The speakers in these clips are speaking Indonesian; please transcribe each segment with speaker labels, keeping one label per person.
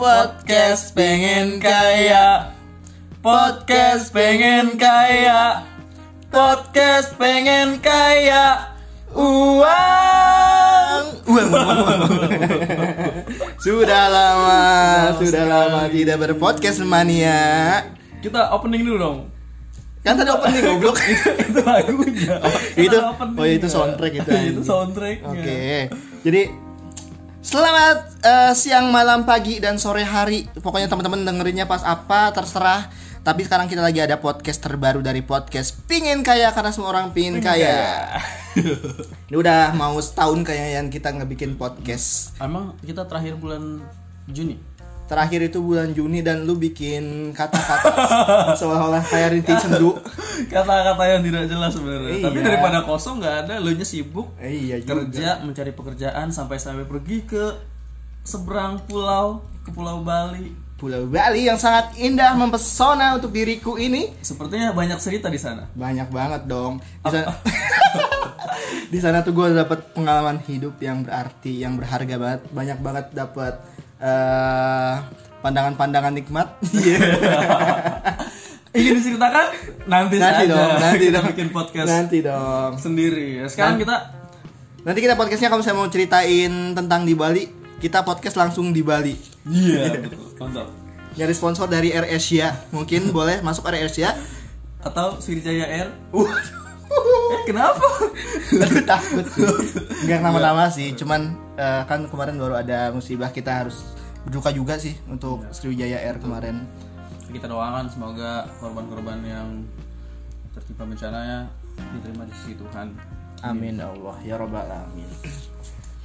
Speaker 1: Podcast pengen kaya Podcast pengen kaya Podcast pengen kaya Uang Uang, uang, uang, uang. Sudah lama Sudah lama tidak berpodcast mania
Speaker 2: Kita opening dulu dong.
Speaker 1: Kan tadi opening goblok
Speaker 2: itu, itu lagunya. Kan
Speaker 1: Itu-
Speaker 2: ada opening
Speaker 1: oh iya, itu
Speaker 2: ya.
Speaker 1: soundtrack itu, anjing.
Speaker 2: itu soundtracknya.
Speaker 1: Oke, jadi selamat eh, siang, malam, pagi, dan sore hari. Pokoknya teman-teman dengerinnya pas apa terserah. Tapi sekarang kita lagi ada podcast terbaru dari podcast Pingin Kaya karena semua orang pingin kaya. Ini udah mau setahun kayaknya yang kita ngebikin podcast.
Speaker 2: Emang kita terakhir bulan Juni.
Speaker 1: Terakhir itu bulan Juni dan lu bikin kata-kata seolah-olah kayak rintik sendu.
Speaker 2: Kata-kata yang tidak jelas sebenarnya.
Speaker 1: Iya.
Speaker 2: Tapi daripada kosong nggak ada, lo nya sibuk
Speaker 1: Eh, iya juga.
Speaker 2: kerja mencari pekerjaan sampai sampai pergi ke seberang pulau ke Pulau Bali.
Speaker 1: Pulau Bali yang sangat indah mempesona untuk diriku ini.
Speaker 2: Sepertinya banyak cerita di sana.
Speaker 1: banyak banget dong di
Speaker 2: Ah.
Speaker 1: sana, di sana tuh gue dapat pengalaman hidup yang berarti yang berharga banget banyak banget dapat eh, pandangan-pandangan nikmat Iya.
Speaker 2: Ingin diceritakan nanti,
Speaker 1: nanti
Speaker 2: saja.
Speaker 1: dong nanti
Speaker 2: kita
Speaker 1: dong
Speaker 2: bikin podcast
Speaker 1: nanti dong
Speaker 2: sendiri. Ya, Sekarang kita
Speaker 1: nanti kita podcastnya kalau saya mau ceritain tentang di Bali kita podcast langsung di Bali
Speaker 2: Iya, betul. Mantap.
Speaker 1: nyari sponsor dari Air Asia mungkin boleh masuk Air Asia
Speaker 2: Atau Sriwijaya Air.
Speaker 1: Waduh.
Speaker 2: Eh, kenapa?
Speaker 1: Aduh takut sih. Enggak nama-nama sih, cuman eh, kan kemarin baru ada musibah kita harus berduka juga sih untuk Sriwijaya Air kemarin.
Speaker 2: Kita doakan semoga korban-korban yang tertimpa bencananya diterima di sisi Tuhan.
Speaker 1: Amin Allah ya robbal alamin.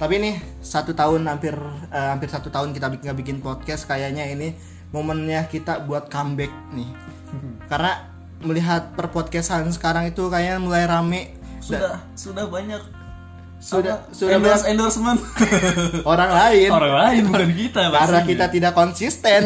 Speaker 1: Tapi nih satu tahun hampir eh, hampir satu tahun kita bikin bikin podcast kayaknya ini momennya kita buat comeback nih. Karena melihat perpodcastan sekarang itu kayaknya mulai rame
Speaker 2: Sudah sudah banyak
Speaker 1: Sudah-
Speaker 2: apa,
Speaker 1: sudah
Speaker 2: endorse endorsement
Speaker 1: orang lain.
Speaker 2: orang lain bukan kita
Speaker 1: karena
Speaker 2: pastinya.
Speaker 1: kita tidak konsisten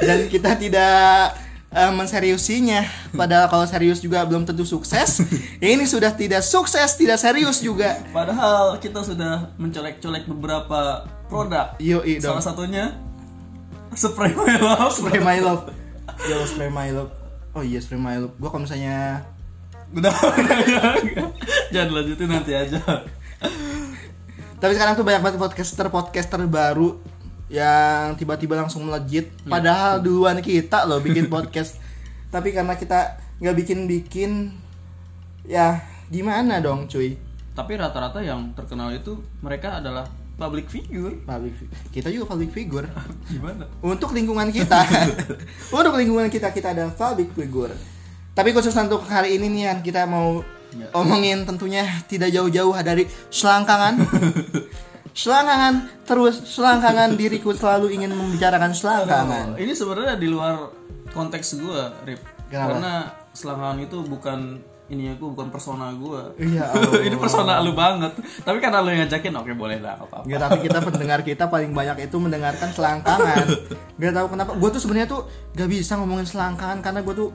Speaker 1: dan kita tidak eh, menseriusinya padahal kalau serius juga belum tentu sukses ini sudah tidak sukses tidak serius juga
Speaker 2: padahal kita sudah mencolek-colek beberapa produk.
Speaker 1: yoi dong
Speaker 2: Salah satunya spray my love.
Speaker 1: spray my love yo spray my love oh iya spray my love gua kalau misalnya
Speaker 2: Udah, jangan lanjutin nanti aja.
Speaker 1: tapi sekarang tuh banyak banget podcaster podcaster baru yang tiba-tiba langsung melejit padahal duluan kita loh bikin podcast tapi karena kita nggak bikin bikin ya gimana dong cuy
Speaker 2: Tapi rata-rata yang terkenal itu mereka adalah public figure.
Speaker 1: public fi- kita juga public figure
Speaker 2: Gimana?
Speaker 1: untuk lingkungan kita untuk lingkungan kita kita ada public figure tapi khusus untuk hari ini nih Yan, kita mau
Speaker 2: Ya.
Speaker 1: omongin tentunya tidak jauh-jauh dari selangkangan selangkangan terus selangkangan diriku selalu ingin membicarakan selangkangan
Speaker 2: Oh, Ini sebenarnya di luar konteks gua, Rip.
Speaker 1: Kenapa?
Speaker 2: Karena selangkangan itu bukan ini aku bukan persona gua.
Speaker 1: Iya, Allah.
Speaker 2: ini persona lu banget. Tapi karena lu yang ngajakin, oke boleh lah apa apa.
Speaker 1: Gak tapi kita pendengar kita paling banyak itu mendengarkan selangkangan. Gak tahu kenapa. Gue tuh sebenarnya tuh gak bisa ngomongin selangkangan karena gue tuh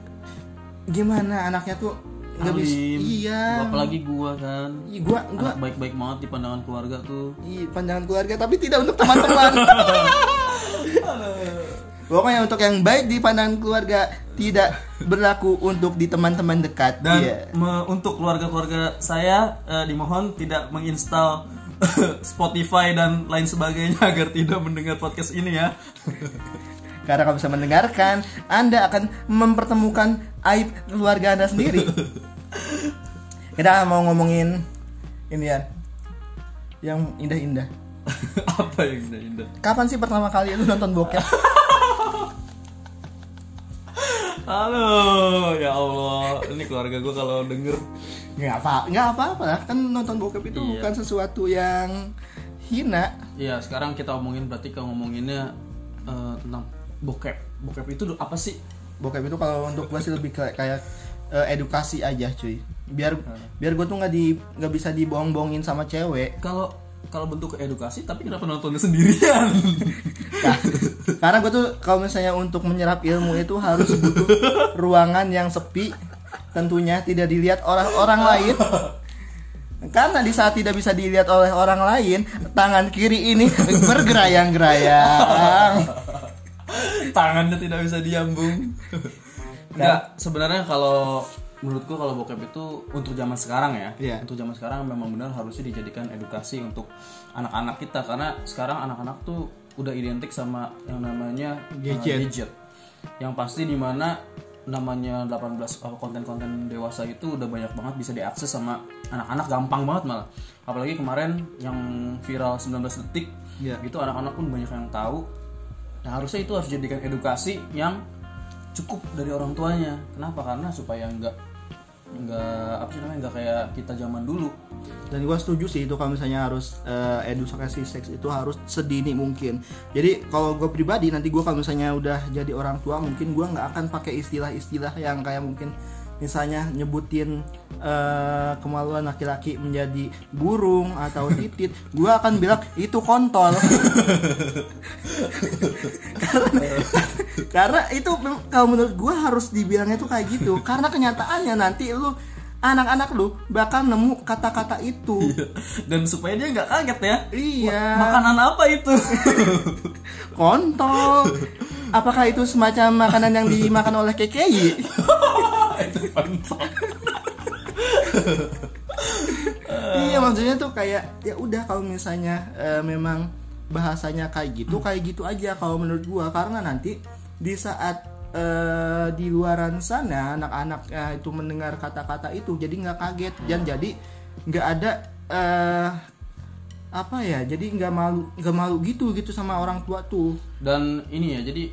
Speaker 1: gimana anaknya tuh gak bisa. Iya.
Speaker 2: Apalagi gua kan.
Speaker 1: Iya, Gua gua
Speaker 2: Anak baik-baik banget di pandangan keluarga tuh.
Speaker 1: Ih, pandangan keluarga tapi tidak untuk teman-teman. Pokoknya untuk yang baik di pandangan keluarga tidak berlaku untuk di teman-teman dekat.
Speaker 2: Dan
Speaker 1: Iya.
Speaker 2: me- untuk keluarga-keluarga saya eh, dimohon tidak menginstal Spotify dan lain sebagainya agar tidak mendengar podcast ini ya.
Speaker 1: Karena kalau bisa mendengarkan, Anda akan mempertemukan aib keluarga Anda sendiri. Kita mau ngomongin ini ya. Yang indah-indah.
Speaker 2: apa yang indah-indah?
Speaker 1: Kapan sih pertama kali lu nonton bokep?
Speaker 2: Halo, ya Allah, ini keluarga gue kalau denger
Speaker 1: Nggak apa, nggak apa-apa lah. Kan nonton bokep itu bukan sesuatu yang hina.
Speaker 2: Iya, sekarang kita omongin berarti kalau ngomonginnya eh, tentang bokep Bokep itu apa sih?
Speaker 1: bokep itu kalau untuk gue sih lebih kayak, kayak eh, edukasi aja cuy biar biar gue tuh nggak di nggak bisa dibohong-bohongin sama cewek
Speaker 2: Kalau kalau bentuk edukasi, tapi kenapa nontonnya sendirian?
Speaker 1: Nah, karena gue tuh kalau misalnya untuk menyerap ilmu itu harus butuh ruangan yang sepi tentunya tidak dilihat oleh orang lain karena di saat tidak bisa dilihat oleh orang lain tangan kiri ini bergerayang-gerayang
Speaker 2: tangannya tidak bisa diambung Enggak, sebenarnya kalau menurutku kalau bokep itu untuk zaman sekarang ya
Speaker 1: Iya.
Speaker 2: untuk zaman sekarang memang benar harusnya dijadikan edukasi untuk anak-anak kita karena sekarang anak-anak tuh udah identik sama yang namanya uh,
Speaker 1: Gadget.
Speaker 2: gadget. yang pasti dimana namanya 18 apa, konten-konten dewasa itu udah banyak banget bisa diakses sama anak-anak gampang banget malah apalagi kemarin yang viral 19 detik
Speaker 1: Iya.
Speaker 2: itu anak-anak pun banyak yang tahu nah harusnya itu harus dijadikan edukasi yang cukup dari orang tuanya kenapa karena supaya nggak nggak apa sih namanya nggak kayak kita zaman dulu
Speaker 1: dan gue setuju sih itu kalau misalnya harus eh, edukasi seks itu harus sedini mungkin jadi kalau gue pribadi nanti gue kalau misalnya udah jadi orang tua mungkin gue nggak akan pakai istilah-istilah yang kayak mungkin misalnya nyebutin eh, kemaluan laki-laki menjadi burung atau titit gue akan bilang itu kontol karena itu mem- kalau menurut gue harus dibilangnya tuh kayak gitu karena kenyataannya nanti lu anak-anak lu bakal nemu kata-kata itu
Speaker 2: dan supaya dia nggak kaget ya
Speaker 1: iya
Speaker 2: makanan apa itu
Speaker 1: kontol apakah itu semacam makanan yang dimakan oleh KKI
Speaker 2: itu pentol
Speaker 1: iya maksudnya tuh kayak ya udah kalau misalnya eh, memang bahasanya kayak gitu kayak gitu aja kalau menurut gua karena nanti di saat eh, di luaran sana anak-anak eh, itu mendengar kata-kata itu jadi nggak kaget dan jadi nggak ada eh, apa ya jadi nggak malu nggak malu gitu gitu sama orang tua tuh
Speaker 2: dan ini ya jadi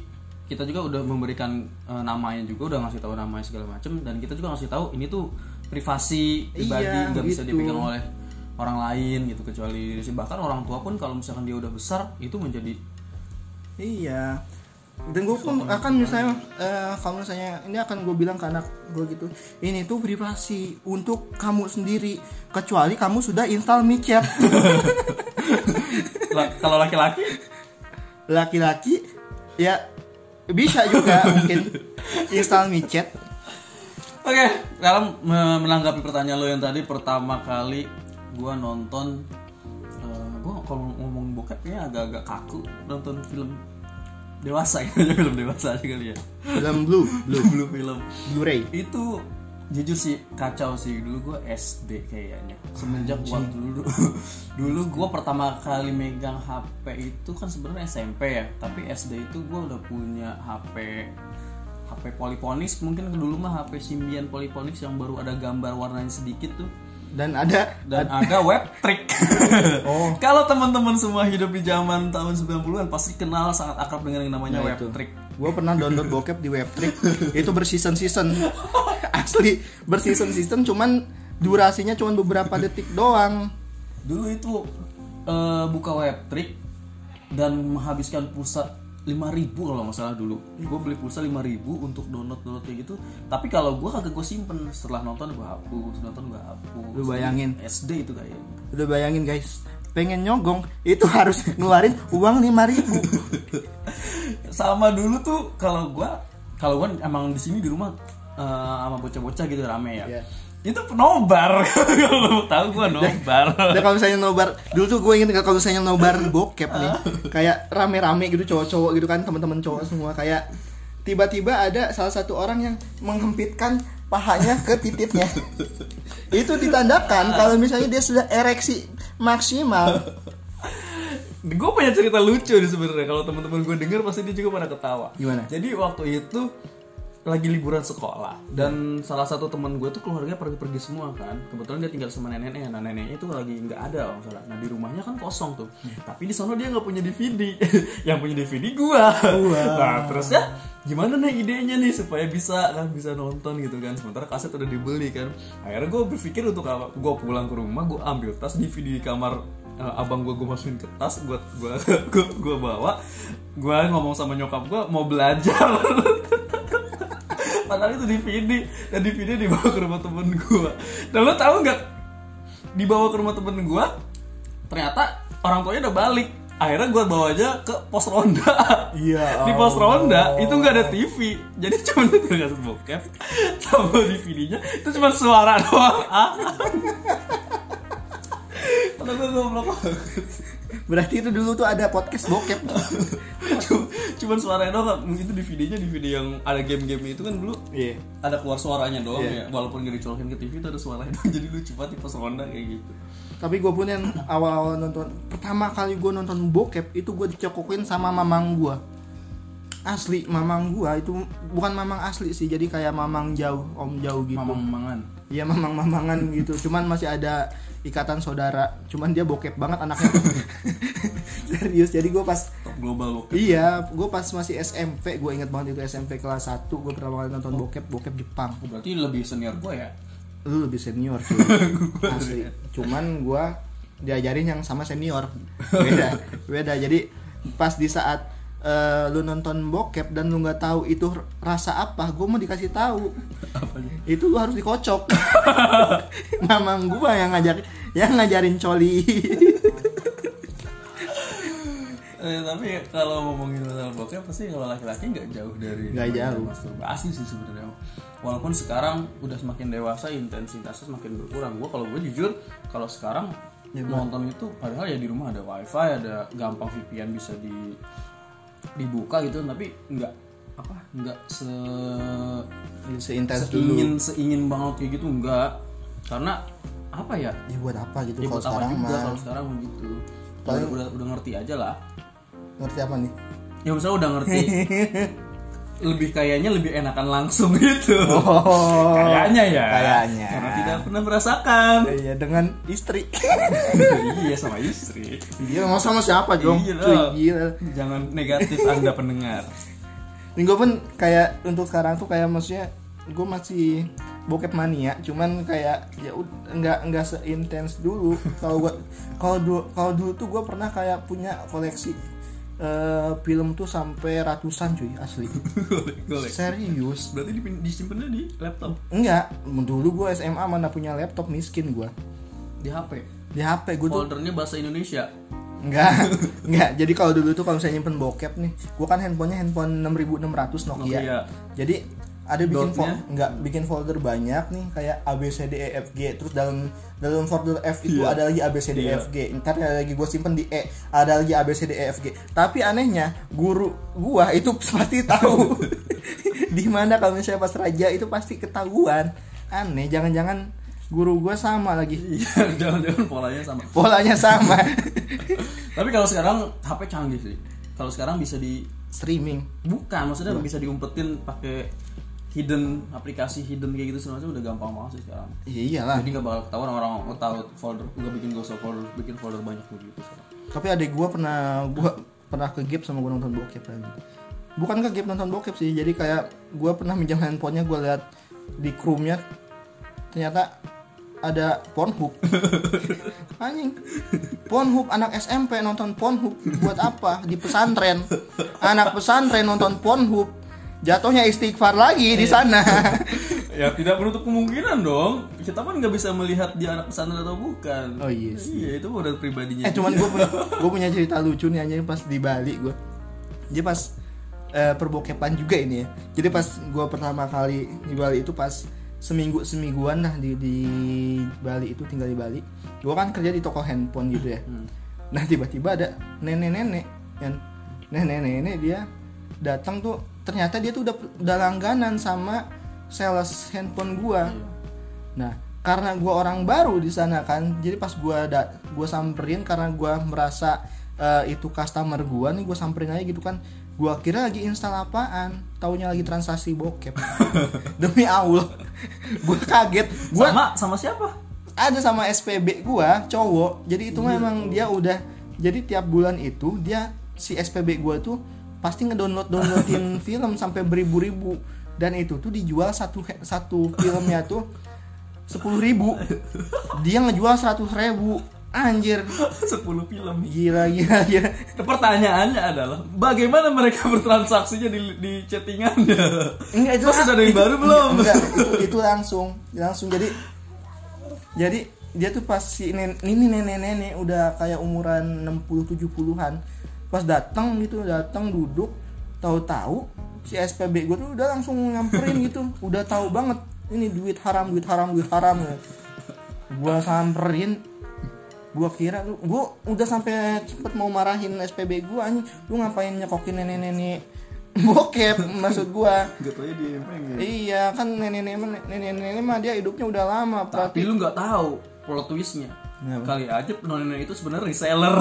Speaker 2: kita juga udah memberikan eh, namanya juga udah ngasih tahu namanya segala macem dan kita juga ngasih tahu ini tuh privasi pribadi
Speaker 1: Iya,
Speaker 2: nggak bisa
Speaker 1: gitu.
Speaker 2: dipegang oleh orang lain gitu kecuali diri sendiri. bahkan orang tua pun kalau misalkan dia udah besar itu menjadi
Speaker 1: Iya. Dan gue pun akan misalnya eh, kalau misalnya ini akan gue bilang ke anak gue gitu, ini tuh privasi untuk kamu sendiri kecuali kamu sudah install micet.
Speaker 2: La- kalau laki-laki
Speaker 1: Laki-laki ya bisa juga mungkin install micet.
Speaker 2: Oke, dalam me- menanggapi pertanyaan lo yang tadi pertama kali gua nonton eh, gua kalau ngomong bokep kayaknya agak-agak kaku nonton film dewasa ya film dewasa aja kali ya
Speaker 1: Dalam blue, blue,
Speaker 2: belum film
Speaker 1: Blu-ray.
Speaker 2: itu jujur sih kacau sih dulu gue SD kayaknya semenjak gua dulu dulu gue pertama kali megang HP itu kan sebenarnya SMP ya tapi SD itu gue udah punya HP HP poliponis mungkin dulu mah HP Symbian poliponis yang baru ada gambar warnanya sedikit tuh
Speaker 1: Dan ada
Speaker 2: dan ada web trick.
Speaker 1: Oh.
Speaker 2: Kalau teman-teman semua hidup di zaman tahun 90-an pasti kenal sangat akrab dengan yang namanya web trick.
Speaker 1: gue pernah download bokep di webtrick itu berseason season asli berseason season cuman durasinya cuman beberapa detik doang
Speaker 2: dulu itu eh, buka web trick dan menghabiskan pulsa 5000 kalau nggak salah dulu gue beli pulsa 5000 untuk download download kayak gitu tapi kalau gue kagak gue simpen setelah nonton gue hapus nonton gue hapus
Speaker 1: Lu bayangin.
Speaker 2: SD itu kayaknya
Speaker 1: Udah bayangin guys, pengen nyogong itu harus ngeluarin uang 5000
Speaker 2: sama dulu tuh kalau gua kalau gua emang di sini di rumah eh, sama bocah-bocah gitu rame ya
Speaker 1: Iya.
Speaker 2: itu penobar kalau lu tahu gua nobar
Speaker 1: Dan kalau misalnya nobar, dulu tuh gue inget kalau misalnya nobar bokep nih, kayak rame-rame gitu cowok-cowok gitu kan teman-teman cowok semua kayak tiba-tiba ada salah satu orang yang menghempitkan pahanya ke titiknya. itu ditandakan kalau misalnya dia sudah ereksi maksimal.
Speaker 2: gue punya cerita lucu nih sebenarnya kalau teman-teman gue denger pasti dia juga pada ketawa
Speaker 1: Gimana?
Speaker 2: jadi waktu itu lagi liburan sekolah dan salah satu teman gue tuh keluarganya pergi-pergi semua kan kebetulan dia tinggal sama neneknya nah neneknya itu lagi nggak ada kalau nggak salah nah di rumahnya kan kosong tuh tapi di sana dia nggak punya DVD yang punya DVD gue nah terus ya gimana nih idenya nih supaya bisa kan bisa nonton gitu kan sementara kaset udah dibeli kan akhirnya gue berpikir untuk apa gue pulang ke rumah gue ambil tas DVD di kamar Eh, abang gue gue masukin ke tas gue gue gue, gue bawa gue ngomong sama nyokap gue mau belajar padahal itu DVD dan DVD dibawa ke rumah temen gue dan lo tau nggak dibawa ke rumah temen gue ternyata orang tuanya udah balik akhirnya gue bawa aja ke pos ronda
Speaker 1: Iya
Speaker 2: di pos ronda itu nggak ada TV jadi cuma nonton kaset bokep sama DVD-nya itu cuma suara doang ah Kata gue goblok banget.
Speaker 1: Berarti itu dulu tuh ada podcast bokep.
Speaker 2: Cuma- Cuman suaranya doang mungkin itu di videonya di video yang ada game-game itu kan dulu
Speaker 1: Iya.
Speaker 2: ada keluar suaranya doang
Speaker 1: Iya.
Speaker 2: ya walaupun gak dicolokin ke TV itu ada suaranya doang jadi lucu banget di pas Honda kayak gitu
Speaker 1: Tapi gue pun yang awal-awal nonton pertama kali gue nonton bokep itu gue dicokokin sama mamang gue. Asli mamang gue itu bukan mamang asli sih, jadi kayak mamang jauh, om jauh gitu.
Speaker 2: mamang-mamangan
Speaker 1: Iya mamang-mamangan gitu. Cuman masih ada ikatan saudara. Cuman dia bokep banget anaknya. Serius. Jadi gue pas
Speaker 2: top global bokep
Speaker 1: iya, gue pas masih SMP, gue inget banget itu SMP kelas 1 gue pertama kali nonton bokep, bokep Jepang.
Speaker 2: Oh, berarti lebih senior gue ya
Speaker 1: Lu uh, lebih senior cuy. Asli. Cuman gue diajarin yang sama senior. Beda, beda. Jadi pas di saat eh, lu nonton bokep dan lu nggak tahu itu rasa apa, gue mau dikasih tahu
Speaker 2: apa nih
Speaker 1: itu lu harus dikocok mamang gua yang ngajak yang ngajarin coli
Speaker 2: Eh, tapi kalau ngomongin masalah bokep pasti kalau laki-laki nggak jauh dari
Speaker 1: Nggak jauh.
Speaker 2: masturbasi sih sebenarnya walaupun sekarang udah semakin dewasa intensitasnya semakin berkurang gue kalau gue jujur kalau sekarang
Speaker 1: Ya,
Speaker 2: nonton itu padahal ya di rumah ada wifi ada gampang VPN bisa di dibuka gitu tapi nggak apa nggak se
Speaker 1: seintens
Speaker 2: seingin seingin banget kayak gitu nggak karena apa ya
Speaker 1: ya buat apa gitu
Speaker 2: ya
Speaker 1: kalau
Speaker 2: buat apa
Speaker 1: sekarang
Speaker 2: juga
Speaker 1: mah
Speaker 2: kalau sekarang gitu
Speaker 1: Paling-
Speaker 2: udah, udah ngerti aja lah
Speaker 1: ngerti apa nih
Speaker 2: ya misalnya udah ngerti lebih kayaknya lebih enakan langsung gitu
Speaker 1: oh
Speaker 2: kayaknya ya
Speaker 1: Kayaknya.
Speaker 2: karena tidak pernah merasakan
Speaker 1: iya dengan istri
Speaker 2: iya sama istri
Speaker 1: dia mau sama siapa dong
Speaker 2: Iya lah.
Speaker 1: Cuy, gila
Speaker 2: jangan negatif anda pendengar
Speaker 1: Dan gua pun kayak untuk sekarang tuh kayak maksudnya gue masih bokep mania cuman kayak ya ud- nggak nggak seintens dulu kalau gua kalau dulu kalau dulu tuh gue pernah kayak punya koleksi eh, film tuh sampai ratusan cuy asli
Speaker 2: Golek, golek.
Speaker 1: serius
Speaker 2: berarti dipin- disimpannya di laptop
Speaker 1: enggak dulu gue SMA mana punya laptop miskin gua
Speaker 2: di HP
Speaker 1: di HP gue tuh
Speaker 2: foldernya bahasa Indonesia
Speaker 1: enggak enggak jadi kalau dulu tuh kalau misalnya nyimpen bokep nih gue kan handphonenya handphone 6600 Nokia,
Speaker 2: Nokia.
Speaker 1: jadi ada bikin
Speaker 2: Dotnya.
Speaker 1: folder enggak bikin folder banyak nih kayak A B C D E F G terus dalam dalam folder F itu
Speaker 2: Iya.
Speaker 1: ada lagi A B C D E
Speaker 2: Iya.
Speaker 1: F G ntar ada lagi gue simpen di E ada lagi A B C D E F G tapi anehnya guru gua itu pasti tahu di mana kalau misalnya pas raja itu pasti ketahuan aneh jangan-jangan guru gua sama lagi
Speaker 2: iya jangan-jangan polanya sama
Speaker 1: polanya sama
Speaker 2: tapi kalau sekarang HP canggih sih kalau sekarang bisa di
Speaker 1: streaming
Speaker 2: bukan maksudnya bisa diumpetin pakai hidden aplikasi hidden kayak gitu sebenarnya udah gampang banget sih sekarang
Speaker 1: Iya iyalah.
Speaker 2: jadi nggak bakal ketahuan orang mau tahu folder gue bikin gosok folder bikin folder banyak gitu begitu
Speaker 1: Tapi adik gua pernah gua pernah ke gap sama gua nonton bokep lagi. Bukan ke gap nonton bokep sih. Jadi kayak gua pernah minjam handphonenya gua lihat di Chrome-nya ternyata ada Pornhub. Anjing. Pornhub anak SMP nonton Pornhub buat apa? Di pesantren. Anak pesantren nonton Pornhub. Jatuhnya istighfar lagi di sana.
Speaker 2: ya tidak menutup kemungkinan dong kita kan nggak bisa melihat dia anak pesantren atau bukan
Speaker 1: Oh, iya sih.
Speaker 2: iya itu udah pribadinya
Speaker 1: Eh cuman gue punya, gua punya cerita lucu nih anjing pas di Bali gue. Jadi pas eh, perbokepan juga ini ya. Jadi pas gue pertama kali di Bali itu pas seminggu semingguan lah di, di Bali itu tinggal di Bali. Gue kan kerja di toko handphone gitu ya. Nah tiba-tiba ada nenek-nenek yang nenek-nenek dia datang tuh ternyata dia tuh udah udah langganan sama sales handphone gua. Nah, karena gue orang baru di sana kan, jadi pas gue ada gue samperin karena gue merasa eh, itu customer gue nih gue samperin aja gitu kan. Gue kira lagi install apaan, taunya lagi transaksi bokep. Demi Allah, gue kaget. Gue
Speaker 2: sama sama siapa
Speaker 1: ada sama SPB gua cowok jadi itu memang dia udah jadi tiap bulan itu dia si SPB gua tuh pasti ngedownload downloadin film sampai beribu-ribu dan itu tuh dijual satu he- satu filmnya tuh sepuluh ribu dia ngejual seratus ribu anjir
Speaker 2: 10 film
Speaker 1: gila gila gila
Speaker 2: pertanyaannya adalah bagaimana mereka bertransaksinya di, di chattingannya
Speaker 1: enggak itu
Speaker 2: Mas,
Speaker 1: lang-
Speaker 2: ada yang
Speaker 1: itu-
Speaker 2: baru belum?
Speaker 1: enggak, itu, itu langsung langsung jadi jadi dia tuh pas si nen- ini nenek-nenek udah kayak umuran 60 70-an pas datang gitu datang duduk tahu-tahu si SPB gue tuh udah langsung nyamperin gitu udah tahu banget ini duit haram duit haram duit haram gua samperin gua kira lu gua udah sampai cepet mau marahin SPB gua anjing lu ngapain nyekokin nenek-nenek bokep maksud gua
Speaker 3: Gak tau di empeng ya.
Speaker 1: iya kan nenek-nenek nenek-nenek mah dia hidupnya udah lama
Speaker 2: Tapi
Speaker 1: berarti
Speaker 2: lu nggak tahu plot twistnya.
Speaker 1: Kenapa?
Speaker 2: Kali aja penonton itu sebenarnya reseller.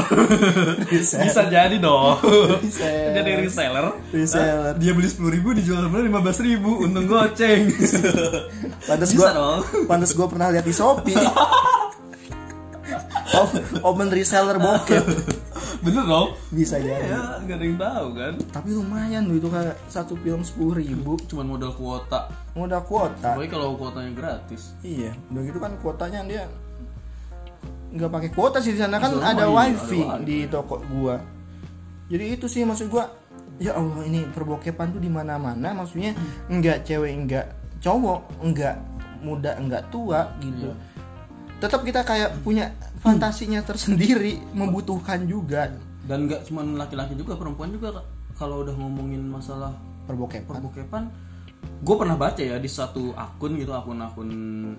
Speaker 2: Bisa jadi dong.
Speaker 1: Reseller.
Speaker 2: jadi reseller.
Speaker 1: Reseller.
Speaker 2: Nah, Dia beli 10.000 ribu dijual sebenarnya 15.000 untung goceng.
Speaker 1: pantas
Speaker 2: Bisa
Speaker 1: gua
Speaker 2: dong.
Speaker 1: pantas gua pernah lihat di Shopee Om- Open reseller bokep
Speaker 2: Bener dong?
Speaker 1: bisa jadi.
Speaker 2: Iya, gak ada yang tahu kan.
Speaker 1: Tapi lumayan loh itu kayak satu film sepuluh ribu
Speaker 2: Cuman modal kuota.
Speaker 1: modal kuota.
Speaker 2: Tapi kalau kuotanya gratis,
Speaker 1: Iya, udah gitu kan kuotanya dia nggak pakai kuota sih di sana kan
Speaker 2: Lumayan,
Speaker 1: ada
Speaker 2: Iya, ada
Speaker 1: wifi
Speaker 2: wifi.
Speaker 1: di toko gua. Jadi itu sih maksud gua, ya Allah ini perbokepan tuh di mana-mana maksudnya nggak cewek nggak cowok, nggak muda nggak tua
Speaker 2: Iya.
Speaker 1: gitu. Tetap kita kayak punya fantasinya tersendiri, membutuhkan juga
Speaker 2: dan nggak cuman laki-laki juga perempuan juga kalau udah ngomongin masalah
Speaker 1: perbokepan.
Speaker 2: perbukepan gue pernah baca ya di satu akun gitu akun-akun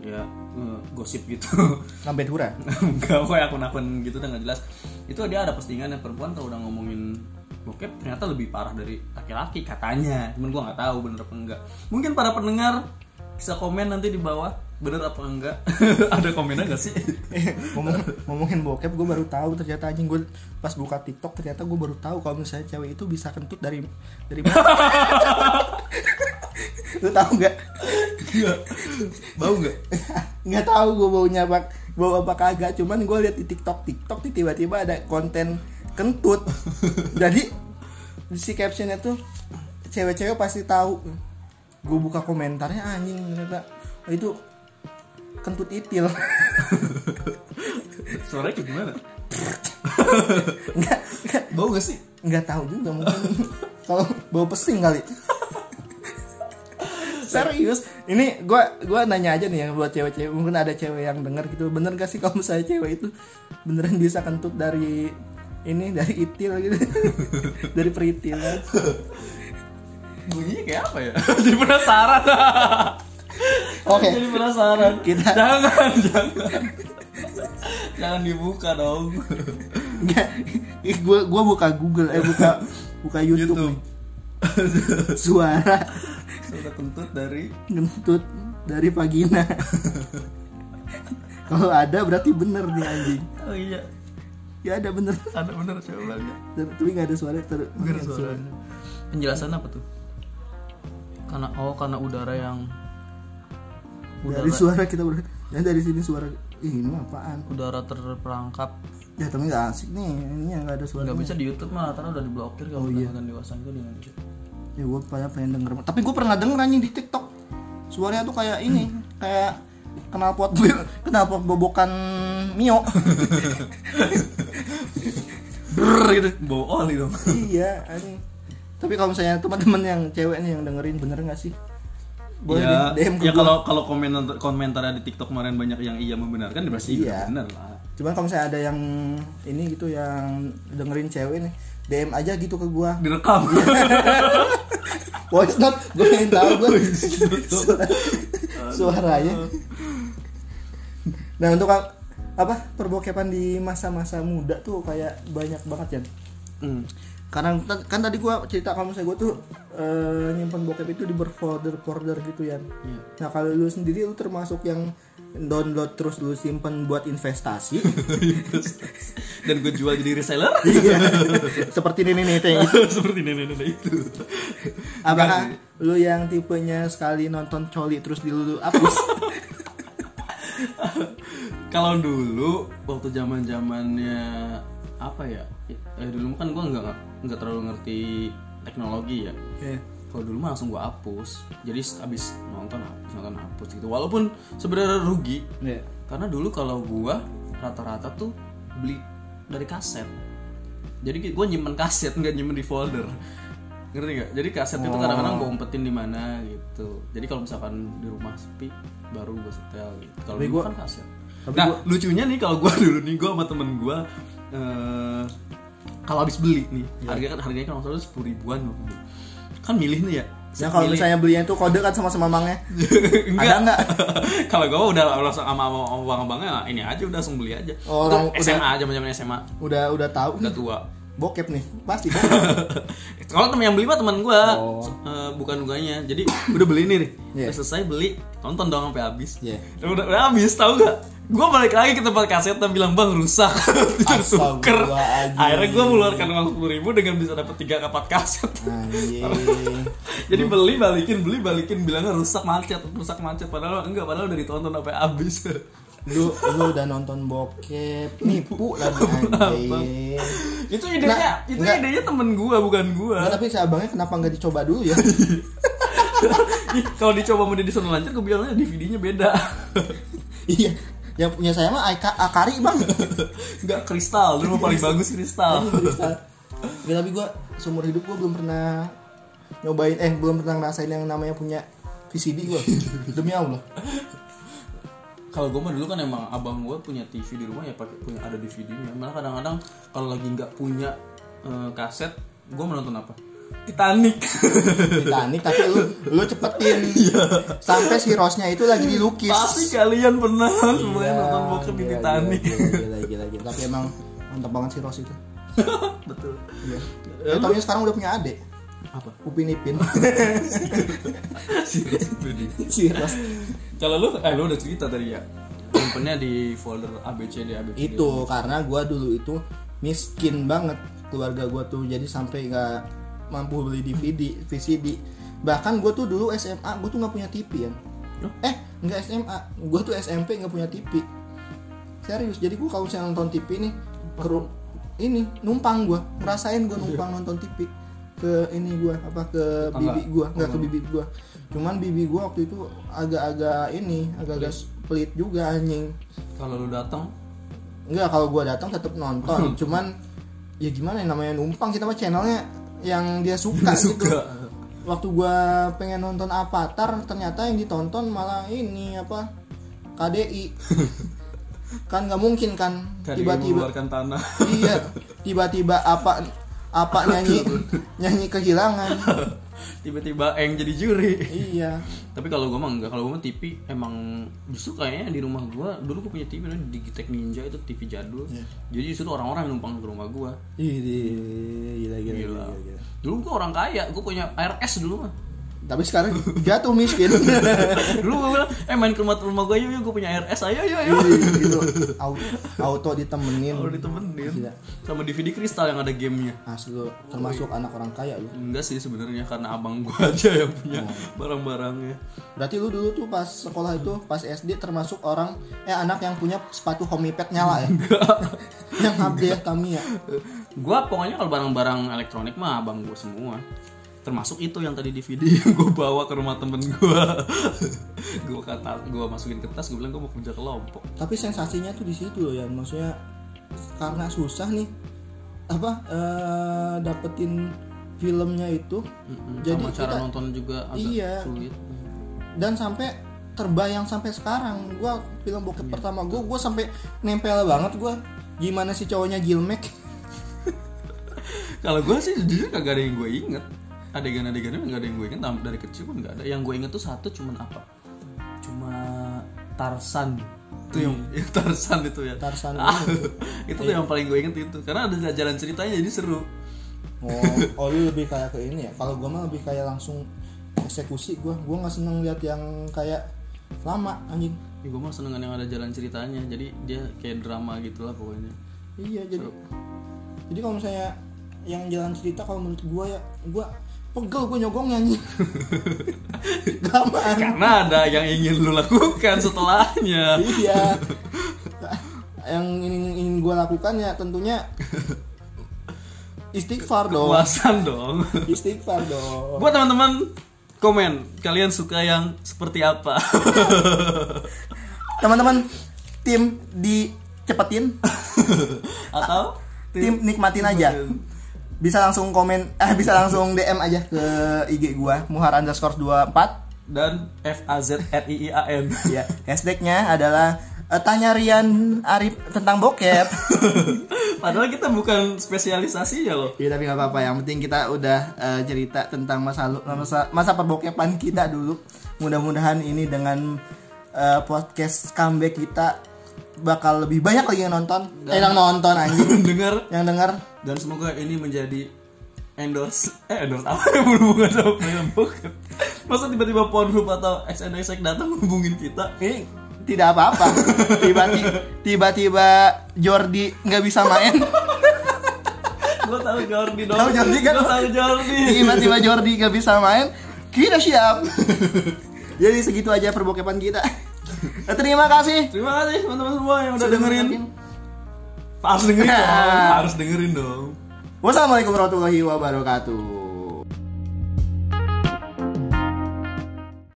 Speaker 2: ya eh, gosip gitu
Speaker 1: Sampai dura.
Speaker 2: nggak pokoknya akun-akun gitu udah nggak jelas itu dia ada postingan yang perempuan kalau udah ngomongin bokep ternyata lebih parah dari laki-laki katanya cuman gua nggak tahu bener apa enggak mungkin para pendengar bisa komen nanti di bawah bener apa enggak ada komennya nggak sih
Speaker 1: ngomong ngomongin bokep gue baru tahu ternyata anjing gue pas buka TikTok ternyata gue baru tahu kalau misalnya cewek itu bisa kentut dari dari mana lu tahu nggak
Speaker 2: bau nggak
Speaker 1: nggak tahu gue baunya apa bau apa kagak cuman gue lihat di TikTok TikTok nih tiba-tiba ada konten kentut jadi si captionnya tuh cewek-cewek pasti tahu gue buka komentarnya anjing ternyata itu kentut itil
Speaker 2: suaranya kayak gimana bau nggak sih
Speaker 1: nggak tahu juga mungkin kalau bau pesing kali serius ini gua gua nanya aja nih yang buat cewek-cewek mungkin ada cewek yang denger gitu bener gak sih kalau misalnya cewek itu beneran bisa kentut dari ini dari itil gitu dari peritilan
Speaker 2: bunyinya kayak apa ya jadi penasaran
Speaker 1: Oke.
Speaker 2: jadi penasaran
Speaker 1: Kita-
Speaker 2: jangan jangan jangan dibuka dong
Speaker 1: nggak ih, gua gua buka Google eh buka buka YouTube,
Speaker 2: YouTube.
Speaker 1: nih. suara
Speaker 2: Suara kentut dari
Speaker 1: kentut dari vagina kalau ada berarti bener nih anjing
Speaker 2: Oh iya,
Speaker 1: ya ada bener
Speaker 2: ada bener coba lihat.
Speaker 1: Ter- tapi nggak ada suara ter
Speaker 2: Gak ada suaranya. Penjelasan apa tuh? Karena oh karena udara yang udara
Speaker 1: dari suara kita ber ya, dari sini suara Ih, ini mah apaan
Speaker 2: udara terperangkap
Speaker 1: ya tapi nggak asik nih ini nggak ada suara
Speaker 2: nggak bisa di YouTube mah karena udah diblokir
Speaker 1: Oh
Speaker 2: kalau
Speaker 1: iya.
Speaker 2: udah konten dewasa itu di Indonesia.
Speaker 1: ya gue pengen, pengen denger tapi gue pernah denger anjing di TikTok suaranya tuh kayak ini kayak kenal pot kenal pot bobokan mio
Speaker 2: Brrr gitu, bool itu.
Speaker 1: iya anjing tapi kalau misalnya teman-teman yang cewek nih yang dengerin bener nggak sih boleh
Speaker 2: ya,
Speaker 1: di DM ke
Speaker 2: ya
Speaker 1: gua.
Speaker 2: kalau kalau komentar komentarnya di TikTok kemarin banyak yang iya membenarkan berarti
Speaker 1: Iya.
Speaker 2: iya. benar lah.
Speaker 1: cuman kalau misalnya ada yang ini gitu yang dengerin cewek nih DM aja gitu ke gua
Speaker 2: Direkam.
Speaker 1: voice note gue pengen tahu gue suara, suaranya nah untuk a- apa perbokepan di masa-masa muda tuh kayak banyak banget ya
Speaker 2: Hmm.
Speaker 1: karena kan- kan tadi gua cerita kalau misalnya gue tuh eh, nyimpen bokep itu di berfolder-folder gitu ya nah kalau lu sendiri lu termasuk yang download terus lu simpen buat investasi
Speaker 2: Dan gue jual jadi reseller.
Speaker 1: Iya. seperti ini nih Teng.
Speaker 2: Seperti nenek-nenek itu.
Speaker 1: apakah lu yang tipenya sekali nonton coli terus di lu hapus
Speaker 2: Kalau dulu waktu zaman zamannya apa ya? Eh, dulu kan gua nggak nggak terlalu ngerti teknologi ya. Kalau dulu mah langsung gua hapus. Jadi abis nonton hapus nonton hapus gitu. Walaupun sebenarnya rugi
Speaker 1: Iya.
Speaker 2: karena dulu kalau gua rata-rata tuh beli dari kaset. Jadi gua nyimpen kaset nggak nyimpen di folder. Ngerti nggak? Jadi kaset itu
Speaker 1: Oh.
Speaker 2: kadang-kadang gua umpetin di mana gitu. Jadi kalau misalkan di rumah sepi baru gua setel gitu. Kalau
Speaker 1: Tapi
Speaker 2: dulu
Speaker 1: gua-
Speaker 2: kan kaset.
Speaker 1: tapi
Speaker 2: nah, lucunya nih kalau gua dulu nih gua sama temen gua eh
Speaker 1: Iya.
Speaker 2: kalau habis beli nih, harganya kan harganya kan maksudnya sepuluh ribuan waktu itu. Kan milih nih ya,
Speaker 1: Ya kalau
Speaker 2: Milih.
Speaker 1: misalnya belinya itu kode kan sama sama mangnya. Ada nggak?
Speaker 2: Kalau gue udah langsung sama sama sama bang abangnya nah, ini aja udah langsung beli aja.
Speaker 1: Oh,
Speaker 2: Itu
Speaker 1: orang udah-
Speaker 2: SMA zaman zaman SMA
Speaker 1: Udah udah tahu
Speaker 2: udah
Speaker 1: nih,
Speaker 2: tua.
Speaker 1: bokep nih. Pasti bokep.
Speaker 2: Kalau temen yang beli mah teman gue,
Speaker 1: Oh.
Speaker 2: Eh, bukan guganya. Jadi udah beli nih,
Speaker 1: Iya.
Speaker 2: udah selesai beli, tonton dong sampai habis.
Speaker 1: Iya.
Speaker 2: Udah, udah habis tau gak? Gue balik lagi ke tempat kaset dan bilang bang rusak, tertuker.
Speaker 1: Astagfirullahaladzim.
Speaker 2: Akhirnya gue mengeluarkan uang sepuluh ribu dengan bisa dapat tiga kapat kaset.
Speaker 1: Anjing.
Speaker 2: Jadi beli balikin beli balikin bilangnya rusak macet rusak macet padahal enggak padahal udah ditonton sampai habis.
Speaker 1: Lu lu udah nonton bokep, nipu lagi anjing.
Speaker 2: itu
Speaker 1: Nah,
Speaker 2: idenya itu
Speaker 1: enggak.
Speaker 2: idenya temen gua bukan gua.
Speaker 1: Nah, tapi si abangnya kenapa nggak dicoba dulu ya?
Speaker 2: Ih, Kalau dicoba mau di sana lancar gue bilangnya DVD-nya beda.
Speaker 1: iya. Yang punya saya mah Aika- Akari bang.
Speaker 2: Enggak kristal dulu paling bagus kristal.
Speaker 1: Gak, Ya, tapi gue seumur hidup gue belum pernah nyobain eh belum pernah ngerasain yang namanya punya VCD gue demi Allah
Speaker 2: Kalau gue mah dulu kan emang abang gue punya TV di rumah ya pakai punya ada DVD-nya. Malah kadang-kadang kalau lagi nggak punya eh, kaset, gue menonton apa? Titanic.
Speaker 1: Titanic tapi lu lu cepetin sampai si Rosnya itu lagi dilukis
Speaker 2: Iya.
Speaker 1: Iya,
Speaker 2: Pasti kalian pernah semuanya nonton bokep di
Speaker 1: Gila,
Speaker 2: Titanic.
Speaker 1: gila, gila, gila, gila. iya, tapi emang mantap banget si Ros itu
Speaker 2: Betul.
Speaker 1: iya eh, taunya sekarang udah punya adik
Speaker 2: Apa?
Speaker 1: Upin Ipin
Speaker 2: Serius Budi.
Speaker 1: si Ros
Speaker 2: Kalau lu, eh lu udah cerita tadi ya. Simpennya di folder ABCD ABCD.
Speaker 1: itu karena gua dulu itu miskin banget keluarga gua tuh jadi sampai nggak mampu beli DVD VCD bahkan gua tuh dulu SMA gua tuh nggak punya TV ya
Speaker 2: Loh?
Speaker 1: eh nggak SMA gua tuh SMP nggak punya TV serius jadi gua kalau misalnya nonton TV nih ke ru- ini numpang gua ngerasain gua numpang nonton TV ke ini gua apa ke
Speaker 2: Iya. Tetangga.
Speaker 1: bibi gua nggak ke bibi gua cuman bibi gua waktu itu agak-agak ini agak-agak pelit juga anjing
Speaker 2: Kalau lu datang,
Speaker 1: Enggak, kalau gua datang tetap nonton. Cuman ya gimana ya namanya numpang kita mah channelnya yang dia suka gitu.
Speaker 2: suka.
Speaker 1: Waktu gua pengen nonton Avatar, ternyata yang ditonton malah ini apa? KDI. kan nggak mungkin kan
Speaker 2: Kali
Speaker 1: tiba-tiba
Speaker 2: mengeluarkan tanah.
Speaker 1: iya tiba-tiba apa apa nyanyi nyanyi kehilangan
Speaker 2: Tiba-tiba Eng jadi juri.
Speaker 1: iya
Speaker 2: Tapi kalau gue mah enggak, kalau gue mah TV emang justru kayaknya di rumah gue dulu gue punya TV namanya Digitech Ninja itu TV jadul. Jadi justru orang-orang yang numpang ke rumah gue.
Speaker 1: Ih, gila gila,
Speaker 2: Gila.
Speaker 1: iya.
Speaker 2: Dulu gue orang kaya, gue punya RS dulu mah.
Speaker 1: tapi sekarang jatuh miskin
Speaker 2: dulu gue bilang, eh main ke rumah rumah gue yuk, yuk gue punya RS, ayo ayo ayo.
Speaker 1: gitu auto, auto ditemenin
Speaker 2: Kalau ditemenin
Speaker 1: Gila.
Speaker 2: sama DVD kristal yang ada gamenya.
Speaker 1: Asli lu, termasuk anak orang kaya lu.
Speaker 2: Enggak sih sebenarnya karena abang gue aja yang punya barang-barangnya.
Speaker 1: Berarti lu dulu tuh pas sekolah itu, pas SD termasuk orang eh anak yang punya sepatu homipet nyala ya. yang update kami ya.
Speaker 2: gue pokoknya kalau barang-barang elektronik mah abang gue semua termasuk itu yang tadi DVD yang gue bawa ke rumah temen gue gue kata gue masukin ke tas gue bilang gue mau kerja kelompok
Speaker 1: Tapi sensasinya tuh di situ loh ya. Maksudnya karena susah nih apa eh, dapetin filmnya itu
Speaker 2: Mm-mm.
Speaker 1: Jadi
Speaker 2: sama cara
Speaker 1: kita-
Speaker 2: nonton juga agak
Speaker 1: Iya.
Speaker 2: sulit
Speaker 1: dan sampai terbayang sampai sekarang gua film bokep
Speaker 2: Iya.
Speaker 1: pertama gua gua sampai nempel banget gua gimana sih cowoknya Gilmek
Speaker 2: kalau gue sih jujur kagak ada yang gue inget adegan-adegannya nggak ada yang gue inget tam- dari kecil pun nggak ada yang gue inget tuh satu cuman apa cuma Tarsan itu yang, yang Tarsan itu
Speaker 1: Iya.
Speaker 2: ya
Speaker 1: Tarzan
Speaker 2: Ah, itu tuh yang paling gue inget itu karena ada jalan ceritanya jadi seru
Speaker 1: Oh, oh lu lebih kayak ke ini ya. Kalau gua mah lebih kayak langsung eksekusi gua. Gua nggak seneng lihat yang kayak lama anjing.
Speaker 2: Ya gue mah senengan yang ada jalan ceritanya Jadi dia kayak drama gitu lah pokoknya
Speaker 1: Iya jadi. Jadi kalau misalnya yang jalan cerita kalau menurut gua ya gua pegel gua nyogongnya anjing. Lamaan.
Speaker 2: Karena ada yang ingin lu lakukan setelahnya
Speaker 1: Iya. yang ingin, ingin gua lakukan ya tentunya istighfar dong.
Speaker 2: Puasan dong
Speaker 1: Istighfar dong.
Speaker 2: Buat teman-teman komen Kalian suka yang seperti apa
Speaker 1: Teman-teman tim dicepetin
Speaker 2: Atau
Speaker 1: tim nikmatin aja bisa langsung komen eh bisa langsung DM aja ke IG gua muhar underscore 24
Speaker 2: Dan F A Z R I I A N
Speaker 1: ya Iya, hashtagnya adalah eh, tanya Rian Arif tentang bokep.
Speaker 2: Padahal kita bukan spesialisasinya loh.
Speaker 1: Iya tapi nggak apa-apa. Yang penting kita udah eh, cerita tentang masa lalu- masa masa perbokepan kita dulu. Mudah-mudahan ini dengan eh, podcast comeback kita bakal lebih banyak lagi yang nonton. Eh, yang nonton anjing.
Speaker 2: Dengar
Speaker 1: yang denger
Speaker 2: dan semoga ini menjadi endorse eh endorse apa yang berhubungan sama film bokep. Masa tiba-tiba Pornhub atau XNXX datang hubungin kita?
Speaker 1: ini tidak apa-apa. Tiba-tiba tiba-tiba Jordi nggak bisa main.
Speaker 2: Lo tahu Jordi dong.
Speaker 1: Tahu Jordi kan?
Speaker 2: Lo tahu Jordi.
Speaker 1: Tiba-tiba Jordi nggak bisa main. Kita siap. Jadi segitu aja perbokepan kita. Terima kasih.
Speaker 2: Terima kasih teman-teman semua yang udah
Speaker 1: Sudah
Speaker 2: dengerin.
Speaker 1: mendengarkan.
Speaker 2: Harus dengerin dong.
Speaker 1: Nah.
Speaker 2: Harus dengerin dong.
Speaker 1: Wassalamualaikum warahmatullahi wabarakatuh.